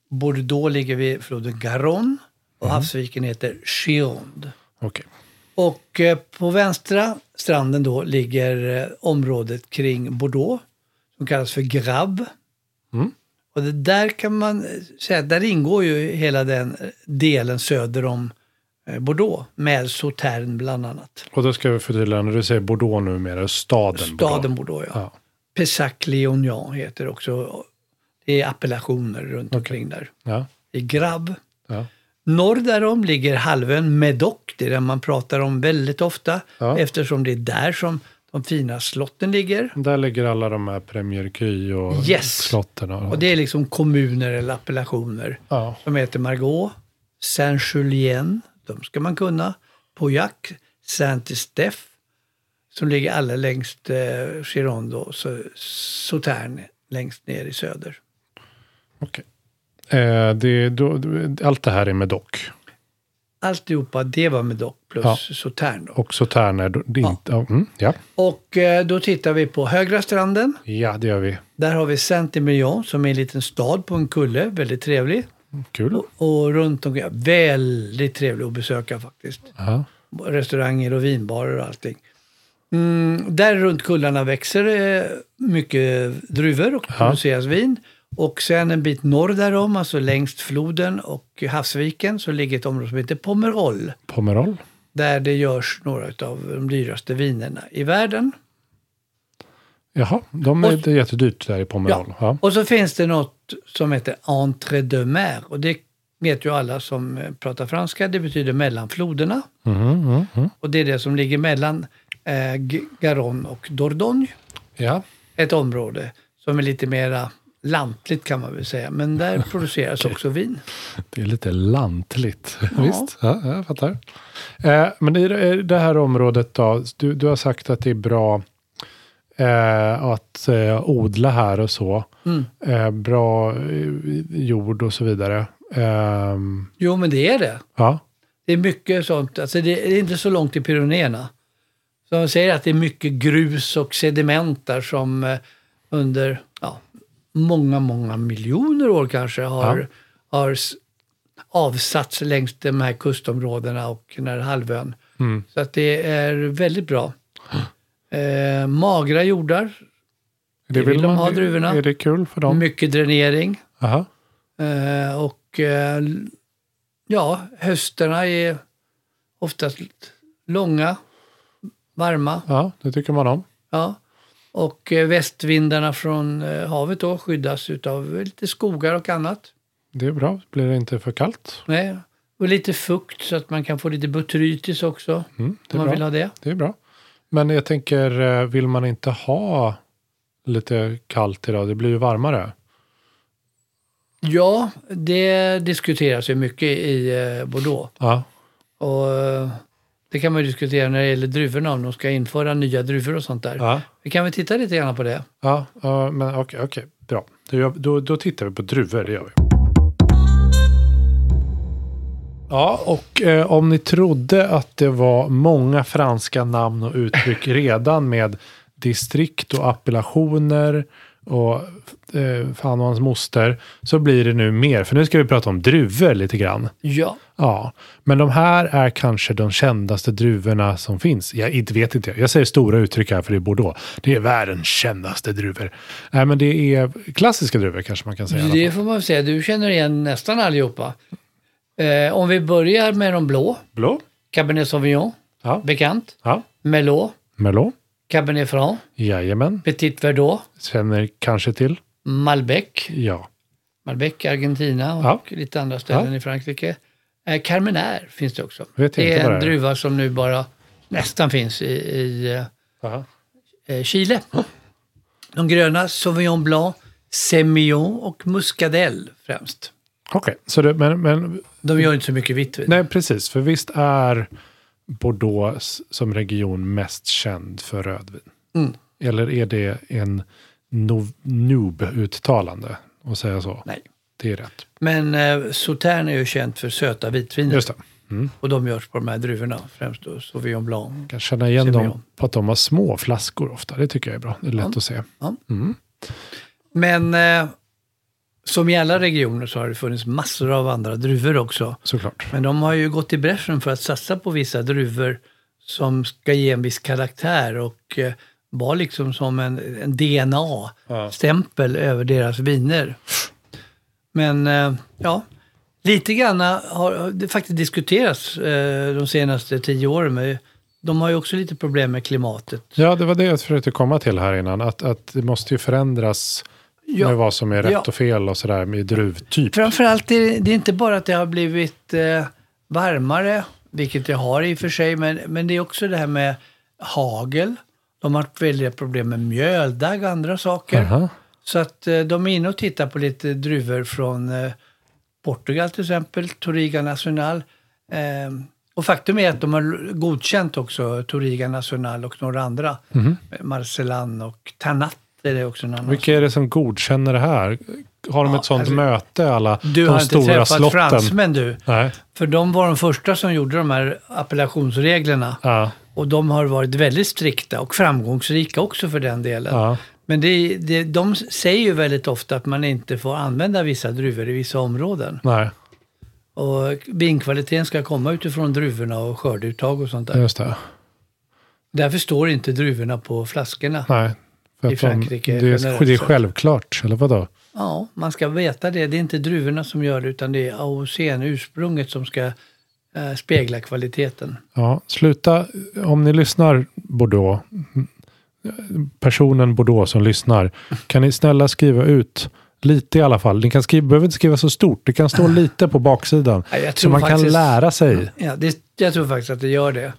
B: Bordeaux ligger vid floden Garonne. Och havsviken heter Gironde.
A: okej.
B: Och eh, på vänstra stranden då ligger eh, området kring Bordeaux, som kallas för Grab. Mm. Och det där kan man eh, säga, där ingår ju hela den eh, delen söder om eh, Bordeaux, med Sauternes bland annat.
A: Och då ska vi förtydliga, när du säger Bordeaux numera, staden
B: Staden Bordeaux, ja.
A: Ja.
B: Pessac Léognan heter också. Det är appellationer runt omkring där.
A: Ja,
B: I Grab.
A: ja.
B: Norr därom ligger halvön Medoc, det är den man pratar om väldigt ofta,
A: Ja.
B: eftersom det är där som de fina slotten ligger.
A: Där ligger alla de här Premier Ky och
B: Yes.
A: slotten. Och,
B: Och det är liksom kommuner eller appellationer.
A: ja.
B: De heter Margaux, Saint-Julien, de ska man kunna, Pauillac, Saint-Estèphe, som ligger allra längst eh, Gironde och så- Sauternes längst ner i söder.
A: Okej. Eh, det, då, då- allt det här är med dock.
B: Alltihopa, det var med dock plus
A: Ja.
B: Sautern. Då.
A: Och så Tärner. då- det är inte- ja, Mm, ja.
B: Och eh, då tittar vi på högra stranden.
A: ja, det gör vi.
B: Där har vi Saint-Emilion som är en liten stad på en kulle. Väldigt trevlig.
A: Kul.
B: Och runt omkring, väldigt trevlig att besöka faktiskt.
A: Ja.
B: Restauranger och vinbarer och allting. Mm, där runt kullarna växer eh, mycket druvor och produceras vin. Och sen en bit norr därom, alltså längs floden och havsviken, så ligger ett område som heter Pomerol.
A: Pomerol.
B: Där det görs några av de dyraste vinerna i världen.
A: Jaha, de är
B: Och-
A: det är jättedyrt där i Pomerol. Ja.
B: Och så finns det något som heter Entre deux mer. Och det vet ju alla som eh, pratar franska. Det betyder mellan floderna.
A: Mhm, mhm, mhm.
B: Och det är det som ligger mellan eh, G- Garonne och Dordogne.
A: ja.
B: Ett område som är lite mera lantligt kan man väl säga. Men där produceras också vin.
A: Det är lite lantligt. Visst, ja, jag fattar. Eh, men i det i det här området då, du, du har sagt att det är bra eh, att eh, odla här och så.
B: Mm.
A: Eh, bra eh, jord och så vidare. Ehm,
B: Jo, men det är det.
A: ja,
B: Det är mycket sånt. Alltså det är inte så långt till Pyrenéerna. Så de säger att det är mycket grus och sediment där som eh, under ja, många, många miljoner år kanske har, har s- avsatts längs de här kustområdena och den här halvön. Så att det är väldigt bra. Eh, magra jordar,
A: det
B: vill de ha, druvorna.
A: Är det kul för dem?
B: mycket dränering.
A: Aha.
B: Eh, och eh, l- ja, hösterna är oftast långa, varma.
A: Ja, det tycker man om.
B: Ja. Och eh, västvindarna från eh, havet då skyddas av lite skogar och annat.
A: Det är bra, blir det inte för kallt.
B: Nej. Och lite fukt så att man kan få lite botrytis också.
A: Mm, det är
B: om man
A: bra.
B: vill ha det.
A: Det är bra. Men jag tänker, eh, vill man inte ha lite kallt idag? Det blir ju varmare.
B: Ja, det diskuteras ju mycket i eh, Bordeaux.
A: Ja,
B: Och eh, det kan man ju diskutera när det gäller druvorna, om de ska införa nya druvor och sånt där.
A: ja.
B: Vi kan väl titta lite grann på det.
A: Ja, ja, men okej, okej, bra. Då, gör- då, då tittar vi på druvor, det gör vi. Ja, och eh, om ni trodde att det var många franska namn och uttryck redan med distrikt och appellationer och eh, fan och hans moster, så blir det nu mer. För nu ska vi prata om druvor lite grann.
B: Ja.
A: Ja, men de här är kanske de kändaste druvorna som finns. Jag inte vet inte. Jag säger stora uttryck här för det är Bordeaux. Det är världens kändaste druvor. Nej, men det är klassiska druvor kanske man kan säga. i alla
B: Det
A: fall.
B: får man säga. Du känner igen nästan allihopa. Eh, om vi börjar med de blå.
A: Blå.
B: Cabernet Sauvignon,
A: Ja.
B: bekant.
A: ja.
B: Merlot,
A: Merlot.
B: Cabernet Franc,
A: Jajamän.
B: Petit Verdot,
A: Känner kanske till.
B: Malbec.
A: Ja.
B: Malbec, Argentina och
A: Ja.
B: lite andra ställen
A: Ja.
B: i Frankrike. Eh, Carmenère finns det också.
A: Vet jag
B: det
A: inte
B: är
A: vad
B: en
A: det är.
B: druva som nu bara nästan finns i, i
A: Aha.
B: eh, eh, Chile. De gröna, Sauvignon Blanc, Semillon och Muscadel främst.
A: Okej, så det, men, men
B: De gör inte så mycket vitt vin.
A: nej, precis. För visst är Bordeaux s- som region mest känd för rödvin?
B: Mm.
A: Eller är det en no, noob-uttalande att säga så?
B: Nej.
A: Det är rätt.
B: Men eh, Sautern är ju känt för söta vitviner.
A: Just det.
B: Och de görs på de här druvorna, främst då Sauvignon Blanc.
A: kan känna igen
B: Semillon.
A: dem på att de har små flaskor ofta. Det tycker jag är bra. Det är lätt att se.
B: Ja. Men eh, som i alla regioner så har det funnits massor av andra druvor också.
A: Såklart.
B: Men de har ju gått i bräschen för att satsa på vissa druvor som ska ge en viss karaktär och eh, var liksom som en, en DNA-stämpel över deras viner. Men eh, ja, lite grann har det faktiskt diskuterats eh, de senaste tio åren. Men de har ju också lite problem med klimatet.
A: Ja, det var det jag försökte komma till här innan. Att, att det måste ju förändras
B: Ja.
A: med vad som är rätt
B: Ja.
A: och fel och sådär med druvtyp.
B: Framförallt, är det, det är inte bara att det har blivit eh, varmare, vilket det har i och för sig, men, men det är också det här med hagel. De har haft väldiga problem med mjöldagg och andra saker.
A: Aha.
B: Så att eh, de är inne och tittar på lite druvor från eh, Portugal till exempel, Toriga Nacional. Eh, och faktum är att de har
A: Mhm.
B: godkänt också Toriga Nacional och några andra. Marcellan och Tanat Det är också en annan
A: Vilka är det som godkänner det här? Har de
B: Ja,
A: ett sånt
B: alltså,
A: möte, alla
B: Du
A: de
B: har inte
A: stora
B: träffat
A: slotten?
B: fransmän du.
A: Nej.
B: För de var de första som gjorde de här appellationsreglerna.
A: Ja,
B: Och de har varit väldigt strikta och framgångsrika också för den delen.
A: ja,
B: Men det, det, de säger ju väldigt ofta att man inte får använda vissa druvor i vissa områden.
A: nej,
B: Och vinkvaliteten ska komma utifrån druvorna och skördeuttag och sånt där.
A: just det.
B: Därför står inte druvorna på flaskorna.
A: Nej. För
B: I
A: att de-
B: Frankrike
A: det,
B: generellt
A: är, det är
B: sett.
A: självklart, eller vadå?
B: Ja, man ska veta det. Det är inte druvorna som gör det, utan det är AOCn, ursprunget, som ska eh, spegla kvaliteten.
A: Ja, sluta, om ni lyssnar Bordeaux, m- personen Bordeaux som lyssnar, kan ni snälla skriva ut lite i alla fall. Ni kan skriva, behöver inte skriva så stort, det kan stå lite på baksidan.
B: Ja, jag
A: Så
B: tror
A: man kan
B: faktiskt-
A: lära sig.
B: Ja, det, jag tror faktiskt att det gör det.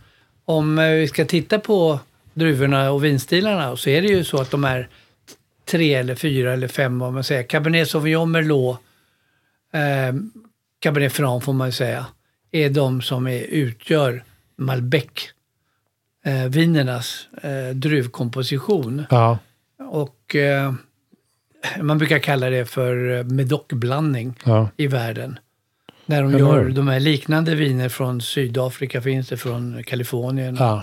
B: Om eh, vi ska titta på druvorna och vinstilarna så är det ju så att de är tre eller fyra eller fem, vad man säger. Cabernet Sauvignon Merlot, eh, Cabernet Franc får man ju säga, är de som är, utgör Malbec. Eh, vinernas eh, druvkomposition.
A: Ja,
B: Och eh, man brukar kalla det för eh, medocblandning
A: ja,
B: i världen. När de
A: Eller
B: gör
A: hur?
B: de här liknande viner från Sydafrika, finns det från Kalifornien.
A: ja.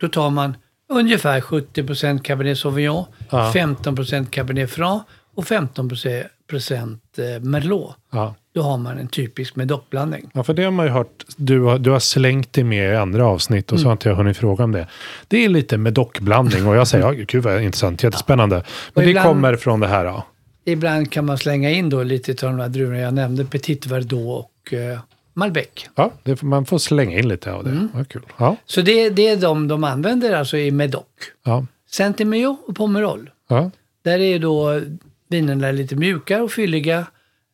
B: Då tar man ungefär 70 Cabernet Sauvignon,
A: Ja.
B: 15 Cabernet Franc och 15 eh, Merlot.
A: ja.
B: Då har man en typisk medocblandning.
A: Ja, för det har man ju hört. Du har, du har slängt det med i andra avsnitt och så har inte jag hunnit fråga om det. Det är lite med dockblandning och jag säger, ja, gud vad intressant, jättespännande. Men det
B: ibland-
A: kommer från det här, ja.
B: Ibland kan man slänga in då lite av de här druvorna jag nämnde, Petit Verdot och eh, Malbec.
A: ja det, får- man får slänga in lite av det. Vad kul. Ja,
B: Så det, det är de de använder alltså i Medoc.
A: ja,
B: Centimeo och Pomerol.
A: ja,
B: Där är då vinerna lite mjukare och fylliga.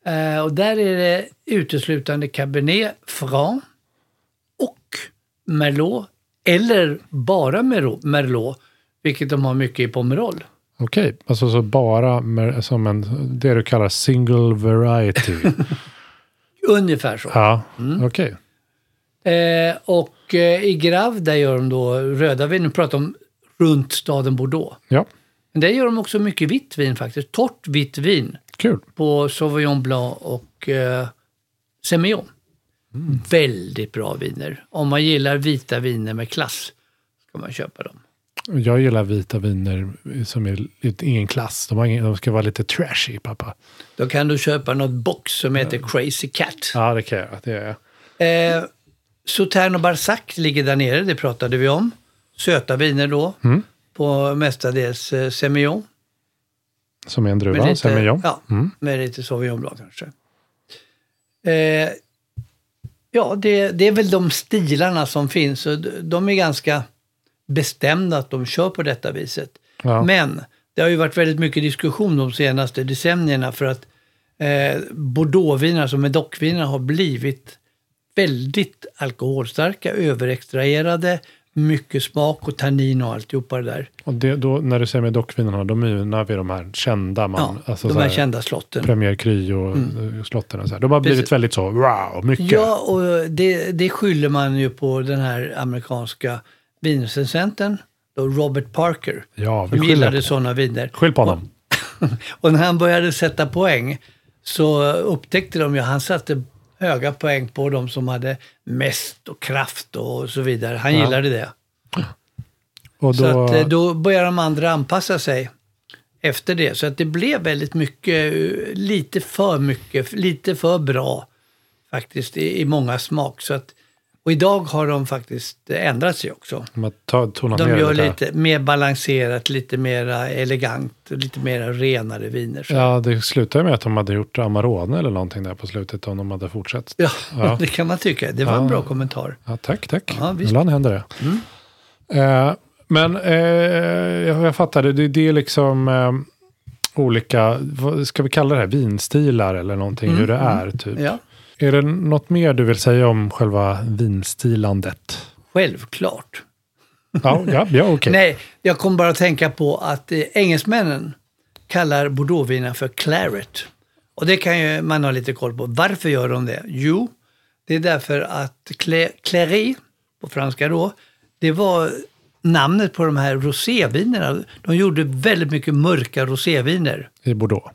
B: Eh, och där är det uteslutande Cabernet Franc och Merlot. Eller bara Merlot, Merlot vilket de har mycket i Pomerol.
A: okej. Alltså så bara med, som en, det du kallar single variety.
B: Ungefär så.
A: ja, okej.
B: Eh, och eh, i Grav där gör de då röda vin. Nu pratar om runt staden Bordeaux.
A: Ja,
B: Men där gör de också mycket vitt vin faktiskt. Torrt vitt vin.
A: kul.
B: på Sauvignon Blanc och eh, Semillon. Väldigt bra viner. Om man gillar vita viner med klass ska man köpa dem.
A: Jag gillar vita viner som är lite- ingen klass. De, har ingen, de ska vara lite trashy, pappa.
B: Då kan du köpa något box som heter Crazy Cat.
A: Ja, det kan jag. Det är jag.
B: Eh, Sauternes och Barsac ligger där nere, det pratade vi om. Söta viner då, på mestadels eh, Semillon.
A: Som är en
B: Med
A: druva,
B: lite-
A: säger jag.
B: Ja, med lite Sauvignon Blanc kanske. Eh, ja, det, det är väl de stilarna som finns. Och d- de är ganska bestämda att de kör på detta viset.
A: Ja.
B: Men det har ju varit väldigt mycket diskussion de senaste decennierna för att eh, Bordeauxvinerna, som är dockvinerna, har blivit väldigt alkoholstarka, överextraherade, mycket smak och tannin och alltihopa det där.
A: Och det, då, när du säger med dockvinerna, då menar vi de här kända. Man,
B: ja,
A: alltså
B: de
A: så
B: här
A: här,
B: kända slotten.
A: Premier Kry och mm. slotten. Och så här. De har blivit
B: Precis.
A: väldigt så, wow, mycket.
B: Ja, och det, det skyller man ju på den här amerikanska vinrecensenten, då Robert Parker.
A: Ja, vi
B: som
A: skyller
B: gillade
A: på-
B: sådana viner.
A: Skyll på honom.
B: Och när han började sätta poäng så upptäckte de ju, han satte höga poäng på de som hade mest och kraft och så vidare. Han gillade det.
A: Och
B: Så
A: då,
B: att, eh, då började de andra anpassa sig efter det. Så att det blev väldigt mycket, eh, lite för mycket, lite för bra faktiskt i, i många smak. Så att, och idag har de faktiskt eh, ändrat sig också.
A: man tar, tonar
B: De
A: ner
B: gör
A: det
B: lite mer balanserat, lite mer elegant, lite mer renare viner. Så.
A: Ja, det slutade med att de hade gjort Amarone eller någonting där på slutet om de hade fortsatt.
B: Ja,
A: Ja.
B: det kan man tycka. Det var en bra kommentar.
A: Ja, tack, tack.
B: Ja, visst. Mm.
A: Ibland händer det. Eh, men eh, jag, jag fattar, det, det är liksom eh, olika, vad ska vi kalla det här, vinstilar eller någonting, hur det är typ.
B: Mm, Ja,
A: Är det något mer du vill säga om själva vinstilandet?
B: självklart.
A: Ja, ja, ja okej.
B: Nej, jag kom bara att tänka på att eh, engelsmännen kallar bordeauxvinerna för claret. Och det kan ju man ha lite koll på. Varför gör de det? Jo, det är därför att clé- clary, på franska då, det var namnet på de här rosévinerna. De gjorde väldigt mycket mörka roséviner
A: I Bordeaux?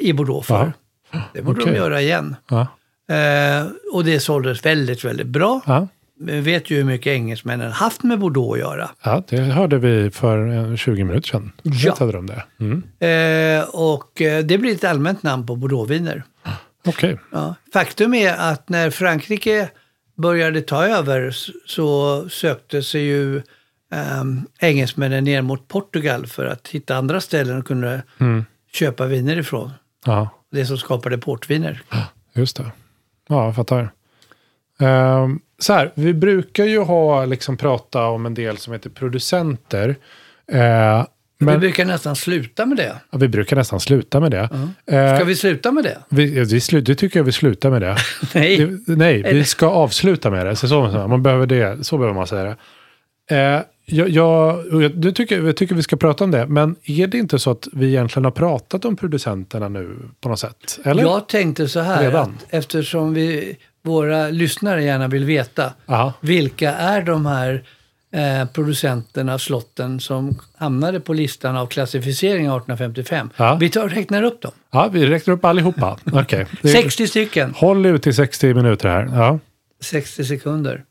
B: i Bordeaux förr. Det borde
A: Okej.
B: de göra igen.
A: Ja.
B: Eh, och det såldes väldigt, väldigt bra.
A: Ja.
B: Vi vet ju hur mycket engelsmännen haft med Bordeaux att göra.
A: ja, det hörde vi för eh, 20 minuter sedan. Berättade de om det. Mm.
B: Eh, och eh, det blir ett allmänt namn på Bordeauxviner.
A: Okej.
B: Ja. Faktum är att när Frankrike började ta över s- så sökte sig ju ehm, engelsmännen ner mot Portugal för att hitta andra ställen och kunde
A: Mm.
B: köpa viner ifrån.
A: Ja,
B: Det som skapade portviner.
A: just det. Ja, jag fattar. Ehm, så här, vi brukar ju ha, liksom prata om en del som heter producenter. Eh,
B: Vi
A: men vi,
B: brukar nästan sluta med det.
A: vi brukar nästan sluta med det. Eh,
B: Ska vi sluta med det?
A: Vi, ja, vi slu, det tycker jag vi slutar med det.
B: Nej.
A: Det, nej, vi ska avsluta med det. Så, så, så, man behöver det. så behöver man säga det. Eh, jag, jag, och jag, du tycker, jag tycker vi ska prata om det, men är det inte så att vi egentligen har pratat om producenterna nu på något sätt? Eller?
B: Jag tänkte så här,
A: Redan?
B: att eftersom vi, våra lyssnare gärna vill veta,
A: Aha.
B: vilka är de här eh, producenterna av slotten som hamnade på listan av klassificering 1855?
A: Ja.
B: Vi tar och räknar upp dem.
A: Ja, vi räknar upp allihopa. Okej. Det är-
B: 60 stycken,
A: Håll ut i 60 minuter här. Ja.
B: 60 sekunder.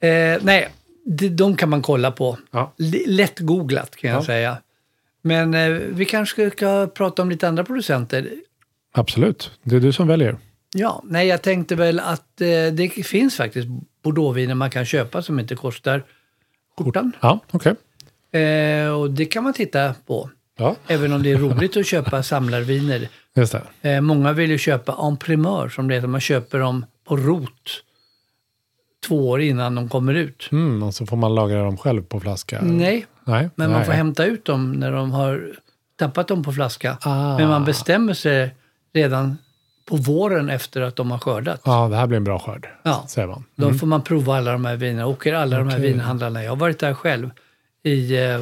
B: Eh, nej, de, de kan man kolla på.
A: Ja.
B: L- Lätt googlat kan jag
A: Ja.
B: säga. Men eh, vi kanske ska prata om lite andra producenter.
A: Absolut, det är du som väljer.
B: Ja, nej jag tänkte väl att eh, det finns faktiskt bordeauxviner man kan köpa som inte kostar skjortan.
A: Ja, okej.
B: Eh, och det kan man titta på.
A: Ja,
B: Även om det är roligt att köpa samlarviner.
A: just det.
B: Eh, många vill ju köpa en primör som det heter. Man köper dem på rot två år innan de kommer ut.
A: Mm, och så får man lagra dem själv på flaska.
B: Nej,
A: Nej,
B: men man
A: Mm. nej.
B: får hämta ut dem när de har tappat dem på flaska.
A: Ah.
B: Men man bestämmer sig redan på våren efter att de har skördat.
A: Ja, det här blir en bra skörd,
B: Ja.
A: säger man.
B: Då får man prova alla de här vinerna. Åker alla de här
A: Mm. Okej.
B: vinhandlarna. Jag har varit där själv i eh,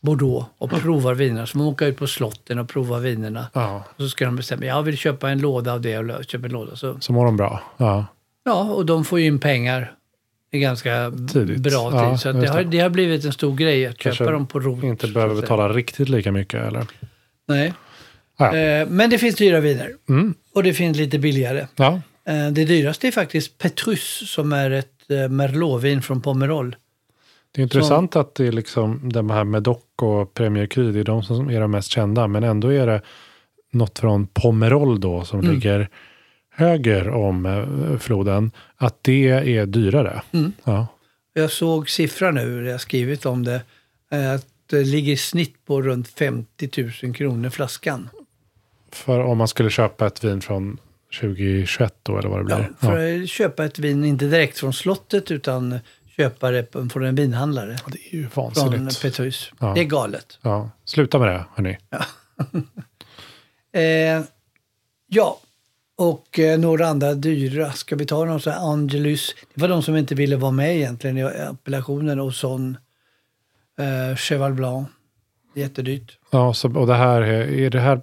B: Bordeaux och provar vinerna. Så man åker ut på slotten och provar vinerna.
A: Ja,
B: Och så ska de bestämma, jag vill köpa en låda av det och köpa en låda. Så,
A: så mår de bra. Ja,
B: ja, och de får ju in pengar i ganska b-
A: Tidigt.
B: bra tid.
A: Ja,
B: så att det,
A: just
B: har,
A: det.
B: det har blivit en stor grej att
A: Kanske
B: köpa dem på rot.
A: inte
B: så
A: behöver
B: att säga.
A: betala riktigt lika mycket eller?
B: Nej.
A: Ja, ja.
B: Eh, men det finns dyra viner.
A: Mm.
B: Och det finns lite billigare.
A: ja.
B: Eh, det dyraste är faktiskt Petrus som är ett eh, merlotvin från Pomerol.
A: Det är intressant att det är liksom de här med Doc och Premier Cru, det är de som är de mest kända, men ändå är det något från Pomerol då som
B: Mm.
A: ligger höger om eh, floden, att det är dyrare.
B: Mm.
A: Ja.
B: Jag såg siffran nu, jag har skrivit om det, eh, att det ligger i snitt på runt 50 000 kronor flaskan.
A: För om man skulle köpa ett vin från 2021 då, eller vad det
B: Ja,
A: blir. Ja,
B: för att köpa ett vin, inte direkt från slottet, utan köpa det på- från en vinhandlare.
A: Det är ju
B: Från
A: vansinnigt.
B: Petrus.
A: Ja.
B: Det är galet.
A: Ja, sluta med det, hörni.
B: Eh, ja, och eh, några andra dyra. Ska vi ta någon sån här Angelus? Det var de som inte ville vara med egentligen i appellationen. Och sån eh, Cheval Blanc. Jättedyrt.
A: Ja, så, och det här, är är det här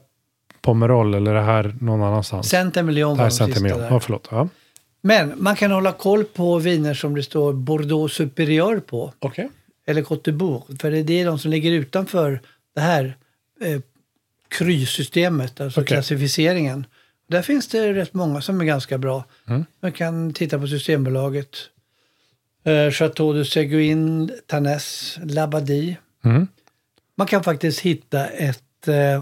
A: Pomerol eller är det här någon annanstans?
B: Centemillion
A: det
B: var
A: här
B: de sista
A: Centimillon. Ja,
B: där.
A: förlåt. Ja.
B: Men man kan hålla koll på viner som det står Bordeaux Superior på.
A: Okej.
B: eller Côte de Bourg. För det det är de som ligger utanför det här eh, krysystemet, alltså
A: Okej.
B: klassificeringen. Där finns det rätt många som är ganska bra.
A: Mm.
B: Man kan titta på Systembolaget. Eh, Chateau de Seguin, Tannes, Labadie.
A: Mm.
B: Man kan faktiskt hitta ett eh,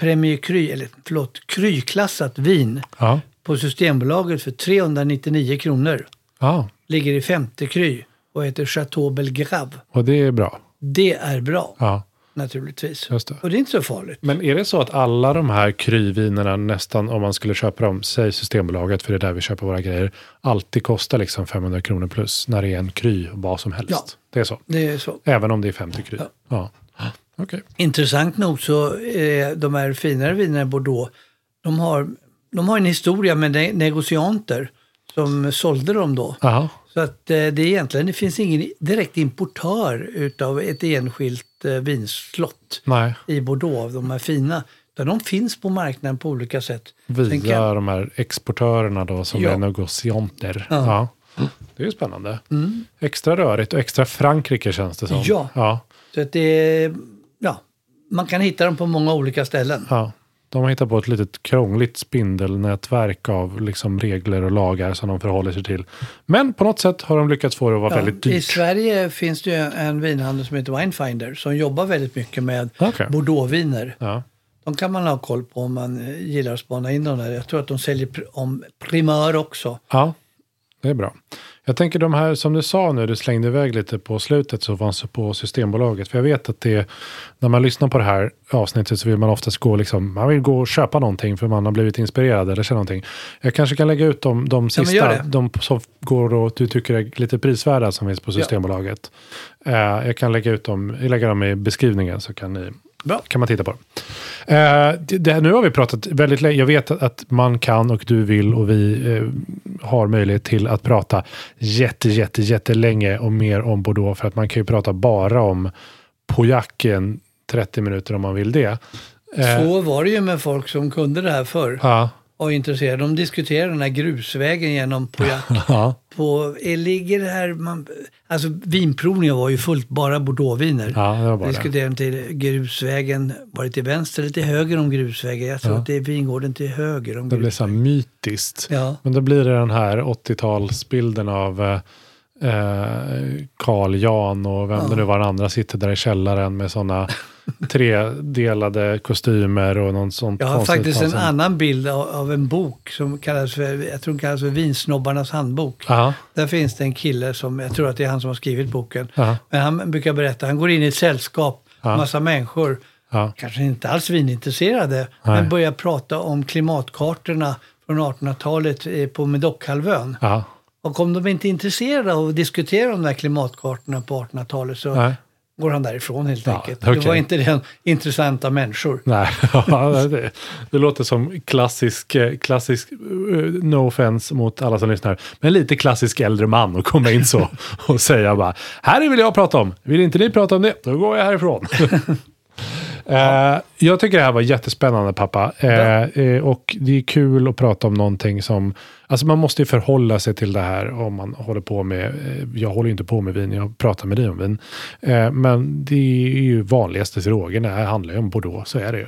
B: Premier Cru, eller förlåt, kryklassat vin
A: Ja.
B: på Systembolaget för 399 kronor.
A: ja,
B: Ligger i 50 kry och heter Chateau Belgrave.
A: och det är bra.
B: Det är bra,
A: Ja,
B: naturligtvis.
A: just det.
B: Och det är inte så farligt.
A: Men är det så att alla de här kryvinerna nästan, om man skulle köpa dem, säg Systembolaget, för det är där vi köper våra grejer, alltid kostar liksom 500 kronor plus när det är en kry, vad som helst?
B: Ja.
A: Det är så.
B: Det är så.
A: Även om det är 50 kry? Ja.
B: Ja.
A: Okej.
B: Intressant nog så eh, de här finare vinerna i Bordeaux, de har, de har en historia med ne- negocianter som sålde dem då.
A: Aha.
B: Så att eh, det är egentligen, det finns ingen direkt importör utav ett enskilt eh, vinslott
A: Nej.
B: i Bordeaux, av de här fina. Utan de finns på marknaden på olika sätt. Sen
A: Via
B: kan-
A: de här exportörerna då som
B: Ja.
A: är negocianter. Ja.
B: Ja. Mm.
A: Det är ju spännande. Extra rörigt och extra Frankrike känns det som.
B: Ja.
A: ja.
B: Så att det, ja, man kan hitta dem på många olika ställen.
A: Ja. De har hittat på ett litet krångligt spindelnätverk av liksom regler och lagar som de förhåller sig till. Men på något sätt har de lyckats få det att vara väldigt
B: Ja, I
A: dyrt.
B: Sverige finns det ju en vinhandel som heter Winefinder som jobbar väldigt mycket med
A: Okej.
B: Bordeauxviner.
A: Ja.
B: De kan man ha koll på om man eh, gillar att spana in dem där. Jag tror att de säljer pr- om primör också.
A: ja, det är bra. Jag tänker de här som du sa nu, du slängde iväg lite på slutet så fanns det på Systembolaget. För jag vet att det, när man lyssnar på det här avsnittet så vill man oftast gå, liksom, man vill gå och köpa någonting för man har blivit inspirerad eller känner någonting. Jag kanske kan lägga ut de, de
B: men
A: sista,
B: gör det.
A: de som går och du tycker är lite prisvärda som finns på Systembolaget. Eh, jag kan lägga ut dem, lägga dem i beskrivningen så kan ni
B: Bra.
A: kan man titta på. dem. Eh, det, det här, nu har vi pratat väldigt länge. Jag vet att, att man kan och du vill och vi eh, har möjlighet till att prata jätte, jätte, jättelänge och mer om Bordeaux. För att man kan ju prata bara om Pojacken 30 minuter om man vill det. Eh,
B: Så var det ju med folk som kunde det här förr
A: Ja,
B: och är intresserade. De diskuterade den här grusvägen genom Pauillac.
A: ja,
B: på, eh, ligger det här, man, alltså vinprovningen var ju fullt bara bordeauxviner.
A: ja, det var bara det.
B: Diskuterade till grusvägen, var det till vänster eller till höger om grusvägen? Jag tror
A: Ja.
B: att det är vingården till höger om
A: Det blir
B: grusvägen.
A: så här mytiskt.
B: Ja.
A: Men då blir det den här 80-talsbilden av eh, eh, Carl Jan och vem det nu var, den andra sitter där i källaren med sådana tredelade kostymer och någon sånt
B: Jag har
A: konstigt
B: faktiskt en
A: konstigt.
B: annan bild av, av en bok som kallas för, jag tror den kallas för Vinsnobbarnas handbok.
A: Ja,
B: Där finns det en kille som, jag tror att det är han som har skrivit boken.
A: Ja.
B: Men han brukar berätta, han går in i ett sällskap,
A: Ja.
B: massa människor,
A: ja,
B: kanske inte alls vinintresserade, men börjar prata om klimatkartorna från 1800-talet eh, på Medockhalvön.
A: ja,
B: Och om de inte är intresserade av att diskutera de där klimatkartorna på 1800-talet så
A: nej,
B: går han därifrån helt
A: Ja,
B: enkelt. Det
A: okej.
B: var inte den intressanta människor.
A: nej. Ja, det, det låter som klassisk, eh, klassisk, eh, no offense mot alla som lyssnar, men lite klassisk äldre man att komma in så och säga bara, här vill jag prata om, vill inte ni prata om det, då går jag härifrån. Eh, jag tycker det här var jättespännande pappa. Eh, eh, och det är kul att prata om någonting som... Alltså man måste ju förhålla sig till det här om man håller på med... Eh, jag håller ju inte på med vin, jag pratar med dig om vin. Eh, men det är ju vanligaste frågorna, det handlar ju om Bordeaux, så är det ju.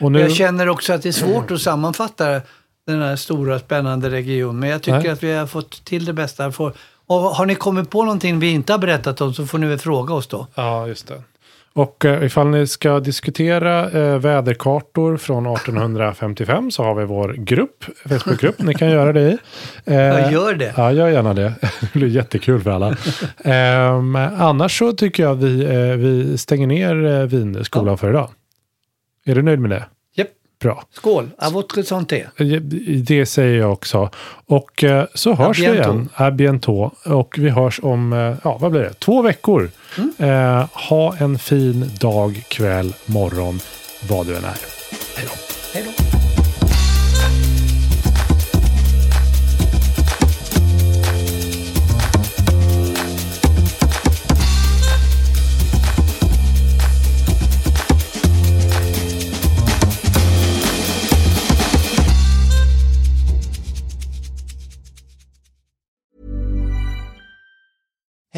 A: Och nu,
B: Mm. Jag känner också att det är svårt att sammanfatta den här stora spännande regionen, men jag tycker
A: Nej.
B: att vi har fått till det bästa. För- Och har ni kommit på någonting vi inte har berättat om så får ni väl fråga oss då.
A: Ja, just det. Och eh, ifall ni ska diskutera eh, väderkartor från 1855 så har vi vår grupp, Facebookgrupp, ni kan göra det i. Eh,
B: Ja, gör det.
A: Ja, gör gärna det. Det blir jättekul för alla. Ehm, annars så tycker jag vi, eh, vi stänger ner eh, vinskolan
B: Ja.
A: för idag. Är du nöjd med det?
B: Japp.
A: Bra.
B: Skål! A votre santé!
A: Eh, Det säger jag också. Och eh, så hörs vi
B: bientôt.
A: igen. A bientôt. Och vi hörs om, eh, ja vad blir det, två veckor. Eh, ha en fin dag, kväll, morgon, vad du än är. Hej då.
B: Hej då!